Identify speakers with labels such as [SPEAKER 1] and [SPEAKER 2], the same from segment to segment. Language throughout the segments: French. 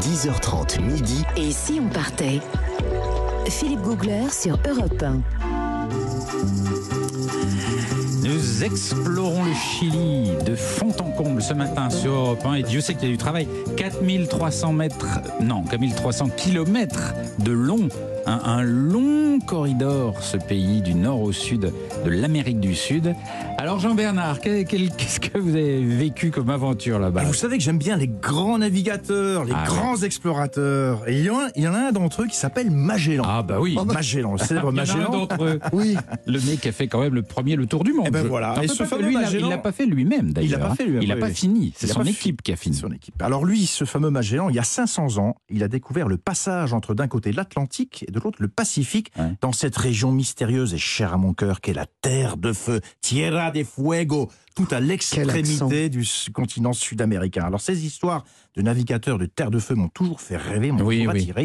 [SPEAKER 1] 10h30 midi.
[SPEAKER 2] Et si on partait Philippe Googler sur Europe 1.
[SPEAKER 3] Nous explorons le Chili de fond en comble ce matin sur Europe 1 et Dieu sait qu'il y a du travail. 4300 mètres, non, 4300 kilomètres de long. Un, un long corridor, ce pays du nord au sud de l'Amérique du Sud. Alors Jean-Bernard, que- quel- qu'est-ce que vous avez vécu comme aventure là-bas
[SPEAKER 4] Et Vous savez que j'aime bien les grands navigateurs, les
[SPEAKER 3] Ah ouais.
[SPEAKER 4] grands explorateurs. Et il y, en a- il y en a un d'entre eux qui s'appelle Magellan.
[SPEAKER 3] Ah bah oui,
[SPEAKER 4] Magellan, le célèbre
[SPEAKER 3] Il y en a un
[SPEAKER 4] Magellan.
[SPEAKER 3] d'entre eux.
[SPEAKER 4] Oui.
[SPEAKER 3] Le mec a fait quand même le premier le tour du monde.
[SPEAKER 4] Eh ben
[SPEAKER 3] Je-
[SPEAKER 4] voilà.
[SPEAKER 3] T'en
[SPEAKER 4] Et
[SPEAKER 3] peux
[SPEAKER 4] ce
[SPEAKER 3] pas que
[SPEAKER 4] fameux
[SPEAKER 3] lui, il a-
[SPEAKER 4] Magellan-
[SPEAKER 3] il l'a pas fait lui-même d'ailleurs.
[SPEAKER 4] Il l'a pas
[SPEAKER 3] hein.
[SPEAKER 4] fait lui-même,
[SPEAKER 3] Il a
[SPEAKER 4] oui,
[SPEAKER 3] pas
[SPEAKER 4] oui.
[SPEAKER 3] fini. C'est
[SPEAKER 4] Il a
[SPEAKER 3] son
[SPEAKER 4] pas
[SPEAKER 3] équipe qui a fini.
[SPEAKER 4] Son équipe. Alors lui, ce fameux Magellan, il y a 500 ans, il a découvert le passage entre d'un côté l'Atlantique et de l'autre le Pacifique,
[SPEAKER 3] Ouais.
[SPEAKER 4] dans cette région mystérieuse et chère à mon cœur qu'est la Terre de Feu, Tierra de Fuego, tout à l'extrémité du s- continent sud-américain. Alors ces histoires de navigateurs de Terre de Feu m'ont toujours fait rêver, m'ont
[SPEAKER 3] Oui,
[SPEAKER 4] toujours
[SPEAKER 3] oui.
[SPEAKER 4] attiré.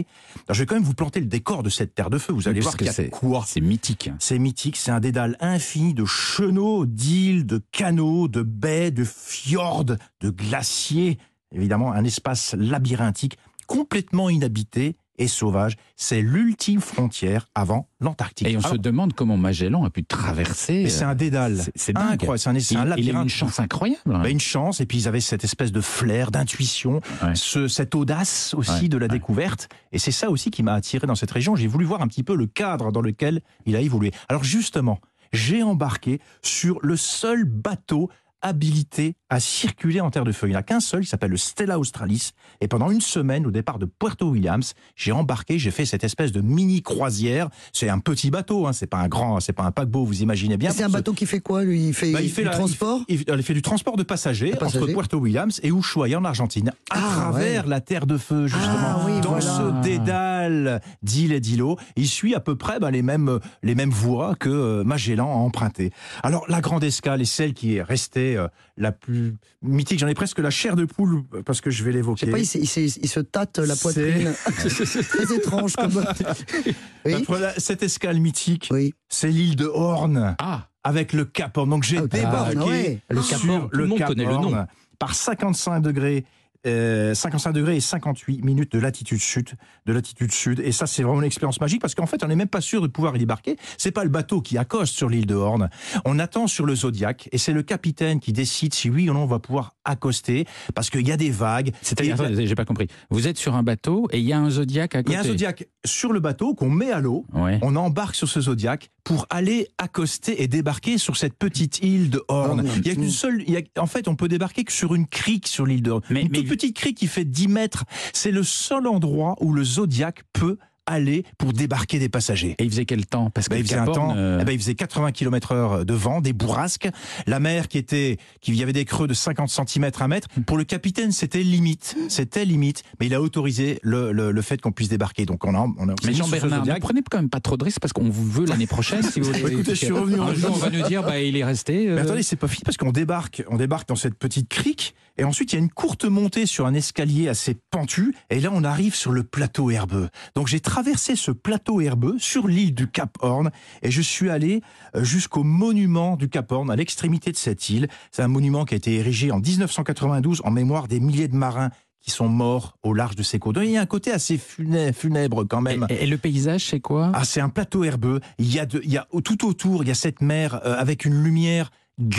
[SPEAKER 4] Alors je vais quand même vous planter le décor de cette Terre de Feu, vous allez
[SPEAKER 3] Parce
[SPEAKER 4] voir
[SPEAKER 3] que
[SPEAKER 4] qu'il y a
[SPEAKER 3] c'est-
[SPEAKER 4] quoi.
[SPEAKER 3] C'est mythique. hein.
[SPEAKER 4] C'est mythique, c'est un dédale infini de chenaux, d'îles, de canaux, de baies, de fjords, de glaciers. Évidemment, un espace labyrinthique complètement inhabité et sauvage. C'est l'ultime frontière avant l'Antarctique.
[SPEAKER 3] Et on
[SPEAKER 4] Alors,
[SPEAKER 3] se demande comment Magellan a pu traverser.
[SPEAKER 4] mais c'est
[SPEAKER 3] euh,
[SPEAKER 4] un dédale.
[SPEAKER 3] c'est- c'est dingue.
[SPEAKER 4] incroyable. C'est un, c'est un
[SPEAKER 3] il, il a eu une
[SPEAKER 4] labyrinthe.
[SPEAKER 3] chance incroyable. hein.
[SPEAKER 4] Bah, une chance, et puis ils avaient cette espèce de flair, d'intuition,
[SPEAKER 3] Ouais.
[SPEAKER 4] ce- cette audace aussi
[SPEAKER 3] Ouais,
[SPEAKER 4] de la
[SPEAKER 3] ouais.
[SPEAKER 4] découverte. Et c'est ça aussi qui m'a attiré dans cette région. J'ai voulu voir un petit peu le cadre dans lequel il a évolué. Alors justement, j'ai embarqué sur le seul bateau habilité à circuler en terre de feu. Il n'y en a qu'un seul, il s'appelle le Stella Australis. Et pendant une semaine, au départ de Puerto Williams, j'ai embarqué, j'ai fait cette espèce de mini croisière. C'est un petit bateau, hein, c'est pas un grand, c'est pas un paquebot, vous imaginez bien.
[SPEAKER 5] C'est un
[SPEAKER 4] Pour se-
[SPEAKER 5] bateau qui fait quoi lui Il fait,
[SPEAKER 4] bah,
[SPEAKER 5] du
[SPEAKER 4] la-
[SPEAKER 5] transport
[SPEAKER 4] il, il fait du transport de passagers,
[SPEAKER 5] De
[SPEAKER 4] entre
[SPEAKER 5] passagers.
[SPEAKER 4] Puerto Williams et Ushuaia en Argentine, à
[SPEAKER 5] Ah,
[SPEAKER 4] travers la Terre de Feu justement,
[SPEAKER 5] Ah, oui,
[SPEAKER 4] dans
[SPEAKER 5] voilà.
[SPEAKER 4] ce dédale d'îles et d'îlots. Il suit à peu près bah, les mêmes les mêmes voies que euh, Magellan a empruntées. Alors la grande escale est celle qui est restée euh, la plus mythique. J'en ai presque la chair de poule parce que je vais
[SPEAKER 5] Je sais
[SPEAKER 4] l'évoquer.
[SPEAKER 5] pas, il, se- il se- il se tâte la
[SPEAKER 4] C'est-
[SPEAKER 5] poitrine. Très étrange comme.
[SPEAKER 4] La
[SPEAKER 5] Oui,
[SPEAKER 4] pre- Cette escale mythique,
[SPEAKER 5] oui.
[SPEAKER 4] c'est l'île de Horn.
[SPEAKER 3] Ah,
[SPEAKER 4] avec le Cap Horn. Donc j'ai
[SPEAKER 5] Ah, le Cap
[SPEAKER 4] débarqué
[SPEAKER 5] Horn, ouais.
[SPEAKER 3] Le Cap
[SPEAKER 4] sur
[SPEAKER 3] Horn, tout le
[SPEAKER 4] le
[SPEAKER 3] monde
[SPEAKER 4] Cap
[SPEAKER 3] connaît le
[SPEAKER 4] Horn
[SPEAKER 3] nom.
[SPEAKER 4] par 55 degrés. euh, 55 degrés et 58 minutes de latitude sud, de latitude sud, et ça c'est vraiment une expérience magique parce qu'en fait on n'est même pas sûr de pouvoir y débarquer. C'est pas le bateau qui accoste sur l'île de Horn. On attend sur le Zodiac et c'est le capitaine qui décide si oui ou non on va pouvoir accoster parce qu'il y a des vagues.
[SPEAKER 3] c'est-à-dire,
[SPEAKER 4] Et-
[SPEAKER 3] attendez, j'ai pas compris. Vous êtes sur un bateau et il y a un zodiaque à
[SPEAKER 4] Il
[SPEAKER 3] côté.
[SPEAKER 4] y a un Zodiac sur le bateau qu'on met à l'eau
[SPEAKER 3] Ouais.
[SPEAKER 4] on embarque sur ce Zodiac pour aller accoster et débarquer sur cette petite île de Horn.
[SPEAKER 5] Horn.
[SPEAKER 4] Il y a qu'une seule, il y a- en fait, on peut débarquer que sur une crique sur l'île de Horn.
[SPEAKER 3] Mais-
[SPEAKER 4] une
[SPEAKER 3] mais-
[SPEAKER 4] toute petite crique qui fait 10 mètres. C'est le seul endroit où le Zodiac peut aller pour débarquer des passagers.
[SPEAKER 3] Et il faisait quel temps Parce que
[SPEAKER 4] Ben, il
[SPEAKER 3] le
[SPEAKER 4] faisait
[SPEAKER 3] Cap
[SPEAKER 4] un
[SPEAKER 3] Horn,
[SPEAKER 4] temps,
[SPEAKER 3] euh,
[SPEAKER 4] eh ben, il faisait 80 km heure de vent, des bourrasques, la mer qui était, qui y avait des creux de 50 cm à mètre. Pour le capitaine, c'était limite, c'était limite, mais il a autorisé le, le- le fait qu'on puisse débarquer. Donc on a, on a
[SPEAKER 3] Mais
[SPEAKER 4] sur ce
[SPEAKER 3] Jean-Bernard, ne
[SPEAKER 4] Zodiac.
[SPEAKER 3] prenez quand même pas trop de risques parce qu'on vous veut l'année prochaine si vous voulez.
[SPEAKER 4] Écoutez, je suis revenu en
[SPEAKER 3] Un jour, on va nous dire, bah, il est resté. euh,
[SPEAKER 4] Mais attendez, c'est pas fini parce qu'on débarque, on débarque dans cette petite crique et ensuite il y a une courte montée sur un escalier assez pentu et là on arrive sur le plateau herbeux. Donc j'ai traversé ce plateau herbeux sur l'île du Cap Horn et je suis allé euh, jusqu'au monument du Cap Horn à l'extrémité de cette île. C'est un monument qui a été érigé en 1992 en mémoire des milliers de marins qui sont morts au large de ces côtes. Donc, il y a un côté assez funé- funèbre quand
[SPEAKER 3] et,
[SPEAKER 4] même.
[SPEAKER 3] et- et le paysage, c'est quoi
[SPEAKER 4] Ah, c'est un plateau herbeux. Il y a, de, il y a tout autour, il y a cette mer euh, avec une lumière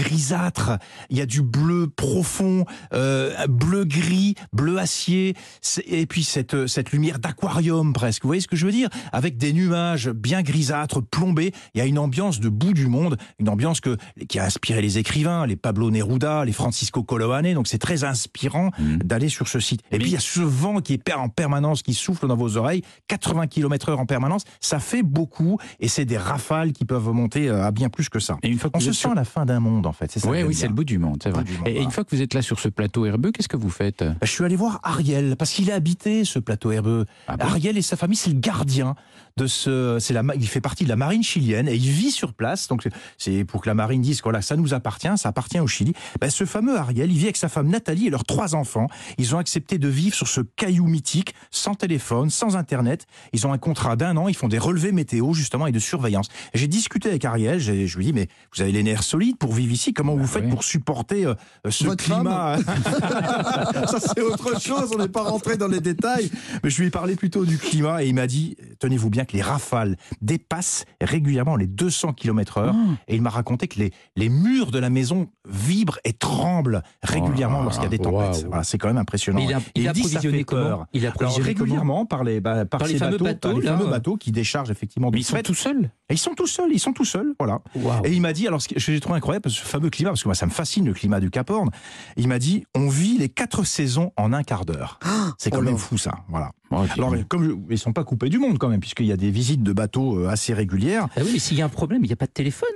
[SPEAKER 4] grisâtre. Il y a du bleu profond, euh, bleu gris, bleu acier, C'est- et puis cette euh, cette lumière d'aquarium presque. Vous voyez ce que je veux dire Avec des nuages bien grisâtres, plombés. Il y a une ambiance de bout du monde, une ambiance que qui a inspiré les écrivains, les Pablo Neruda, les Francisco Coloane. Donc c'est très inspirant
[SPEAKER 3] Mhm.
[SPEAKER 4] d'aller sur ce site. Et
[SPEAKER 3] Mais-
[SPEAKER 4] puis il y a ce vent qui est per- en permanence, qui souffle dans vos oreilles, 80 km/h en permanence, ça fait beaucoup, et c'est des rafales qui peuvent monter euh, à bien plus que ça.
[SPEAKER 3] Et une fois que
[SPEAKER 4] On
[SPEAKER 3] vous
[SPEAKER 4] se
[SPEAKER 3] êtes
[SPEAKER 4] sent
[SPEAKER 3] sur-
[SPEAKER 4] à la fin d'un monde en fait, c'est ça. que
[SPEAKER 3] Ouais,
[SPEAKER 4] j'aime
[SPEAKER 3] oui, c'est
[SPEAKER 4] bien.
[SPEAKER 3] le bout du monde, c'est vrai.
[SPEAKER 4] Bout du monde,
[SPEAKER 3] Et- et
[SPEAKER 4] voilà.
[SPEAKER 3] une fois que vous êtes là sur ce plateau herbeux, qu'est-ce que vous faites
[SPEAKER 4] Bah, je suis allé voir Ariel parce qu'il a habité ce plateau herbeux.
[SPEAKER 3] Ah bon
[SPEAKER 4] Ariel et sa famille, c'est le gardien de ce. C'est la. ma- Il fait partie de la marine chilienne et il vit sur place. Donc c'est- c'est pour que la marine dise que voilà, ça nous appartient, ça appartient au Chili. Bah, ce fameux Ariel, il vit avec sa femme Nathalie et leurs trois enfants. Ils ont accepté de vivre sur ce caillou mythique, sans téléphone, sans internet. Ils ont un contrat d'un an. Ils font des relevés météo justement et de surveillance. Et J'ai discuté avec Ariel. j'ai- Je lui dis mais vous avez les nerfs solides pour vivent ici. Comment vous faites
[SPEAKER 3] Bah oui.
[SPEAKER 4] pour supporter euh, ce
[SPEAKER 5] Votre
[SPEAKER 4] climat Ça, c'est autre chose. On n'est pas rentré dans les détails. Mais je lui ai parlé plutôt du climat et il m'a dit tenez-vous bien que les rafales dépassent régulièrement les 200 km/h.
[SPEAKER 3] Hein
[SPEAKER 4] Et il m'a raconté que les, les murs de la maison vibrent et tremblent régulièrement
[SPEAKER 3] Oh là
[SPEAKER 4] lorsqu'il y a des
[SPEAKER 3] là,
[SPEAKER 4] tempêtes.
[SPEAKER 3] waouh.
[SPEAKER 4] Voilà, c'est quand même impressionnant.
[SPEAKER 1] Mais il a,
[SPEAKER 4] Et
[SPEAKER 1] il a
[SPEAKER 4] dit, ça
[SPEAKER 1] approvisionné
[SPEAKER 4] fait
[SPEAKER 1] comment
[SPEAKER 4] peur.
[SPEAKER 1] Il a
[SPEAKER 4] Alors,
[SPEAKER 1] approvisionné comment
[SPEAKER 4] régulièrement par les, bah, par
[SPEAKER 1] Par les
[SPEAKER 4] ces
[SPEAKER 1] fameux
[SPEAKER 4] bateaux, par
[SPEAKER 1] bateaux,
[SPEAKER 4] les
[SPEAKER 1] là,
[SPEAKER 4] fameux
[SPEAKER 1] euh.
[SPEAKER 4] bateaux qui déchargent effectivement.
[SPEAKER 3] Mais
[SPEAKER 4] du
[SPEAKER 3] ils sont
[SPEAKER 4] fret.
[SPEAKER 3] tout seuls.
[SPEAKER 4] Et ils sont tout seuls, ils sont tout seuls, voilà.
[SPEAKER 1] Waouh.
[SPEAKER 4] Et il m'a dit, alors ce que j'ai trouvé incroyable, parce que ce fameux climat, parce que moi ça me fascine le climat du Cap Horn, il m'a dit, on vit les quatre saisons en un quart d'heure.
[SPEAKER 1] Ah,
[SPEAKER 4] C'est quand
[SPEAKER 5] oh là.
[SPEAKER 4] même fou ça, voilà.
[SPEAKER 3] Bon, ok.
[SPEAKER 4] Alors comme je- ils sont pas coupés du monde quand même, puisqu'il y a des visites de bateaux euh, assez régulières.
[SPEAKER 1] Ah oui, mais s'il y a un problème, il n'y a pas de téléphone.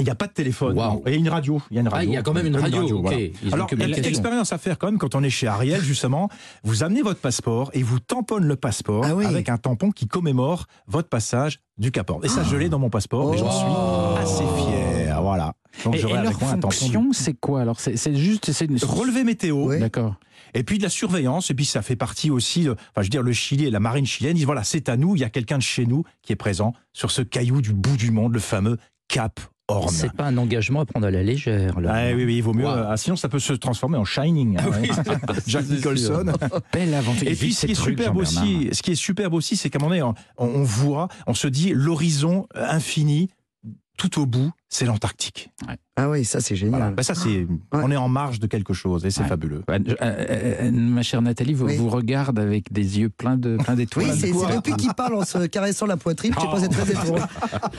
[SPEAKER 4] Il n'y a pas de téléphone,
[SPEAKER 1] Waouh.
[SPEAKER 4] non. et il y a une radio. Il y a une
[SPEAKER 1] Ah,
[SPEAKER 4] radio.
[SPEAKER 1] il y a quand même une radio, ok. Ils ont
[SPEAKER 4] Alors,
[SPEAKER 1] une
[SPEAKER 4] il y a une petite
[SPEAKER 1] communication.
[SPEAKER 4] expérience à faire quand même quand on est chez Ariel, justement. Vous amenez votre passeport et vous tamponne le passeport
[SPEAKER 5] Ah oui.
[SPEAKER 4] avec un tampon qui commémore votre passage du Cap Horn. Et ça, je l'ai dans mon passeport et j'en suis assez fier. Voilà. Donc,
[SPEAKER 3] Et, et
[SPEAKER 4] j'aurai
[SPEAKER 3] leur
[SPEAKER 4] avec moi un tampon.
[SPEAKER 3] fonction, c'est quoi Alors, c'est c'est juste, c'est une
[SPEAKER 4] Relevé météo,
[SPEAKER 5] Oui.
[SPEAKER 3] D'accord.
[SPEAKER 4] et puis de la surveillance, et puis ça fait partie aussi, de- enfin je veux dire, le Chili et la marine chilienne, ils disent voilà, c'est à nous, il y a quelqu'un de chez nous qui est présent sur ce caillou du bout du monde, le fameux Cap Horn.
[SPEAKER 1] C'est pas un engagement à prendre à la légère. Là.
[SPEAKER 4] Ah, oui, oui, il vaut mieux.
[SPEAKER 1] Wow.
[SPEAKER 4] ah, sinon, ça peut se transformer en Shining. hein, ouais. Jack Nicholson.
[SPEAKER 3] Belle aventure.
[SPEAKER 4] Et puis, ce qui est superbe aussi, ce qui est superbe aussi, c'est qu'à un moment donné, on, on voit, on se dit l'horizon euh, infini, tout au bout, c'est l'Antarctique.
[SPEAKER 5] Ah oui, ça c'est génial.
[SPEAKER 4] Voilà. Bah, ça, c'est, on est en marge de quelque chose et c'est
[SPEAKER 3] Ouais.
[SPEAKER 4] fabuleux.
[SPEAKER 3] euh, Ma chère Nathalie, vous,
[SPEAKER 5] Oui.
[SPEAKER 3] vous regarde avec des yeux pleins de pleins
[SPEAKER 5] Oui,
[SPEAKER 3] d'étoiles. Ah,
[SPEAKER 5] c'est c'est depuis qu'il parle en se caressant la poitrine, je sais pas, c'est très étrange.
[SPEAKER 3] ah,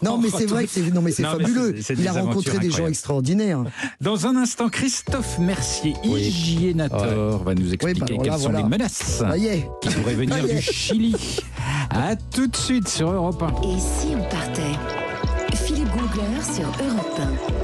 [SPEAKER 5] Non, mais c'est vrai que c'est non, mais c'est
[SPEAKER 3] Non, mais
[SPEAKER 5] fabuleux.
[SPEAKER 3] c'est- c'est des
[SPEAKER 5] Il a rencontré
[SPEAKER 3] aventures
[SPEAKER 5] des gens
[SPEAKER 3] incroyables.
[SPEAKER 5] extraordinaires.
[SPEAKER 3] Dans un instant, Christophe Mercier,
[SPEAKER 1] Oui.
[SPEAKER 3] hygiénateur, va nous expliquer
[SPEAKER 5] bah, alors
[SPEAKER 3] quelles
[SPEAKER 5] là,
[SPEAKER 3] sont
[SPEAKER 5] voilà.
[SPEAKER 3] les menaces
[SPEAKER 5] Ça y est.
[SPEAKER 3] qui pourraient venir du Chili. À tout de suite sur Europe 1.
[SPEAKER 2] Et si on partait Philippe Googler sur Europe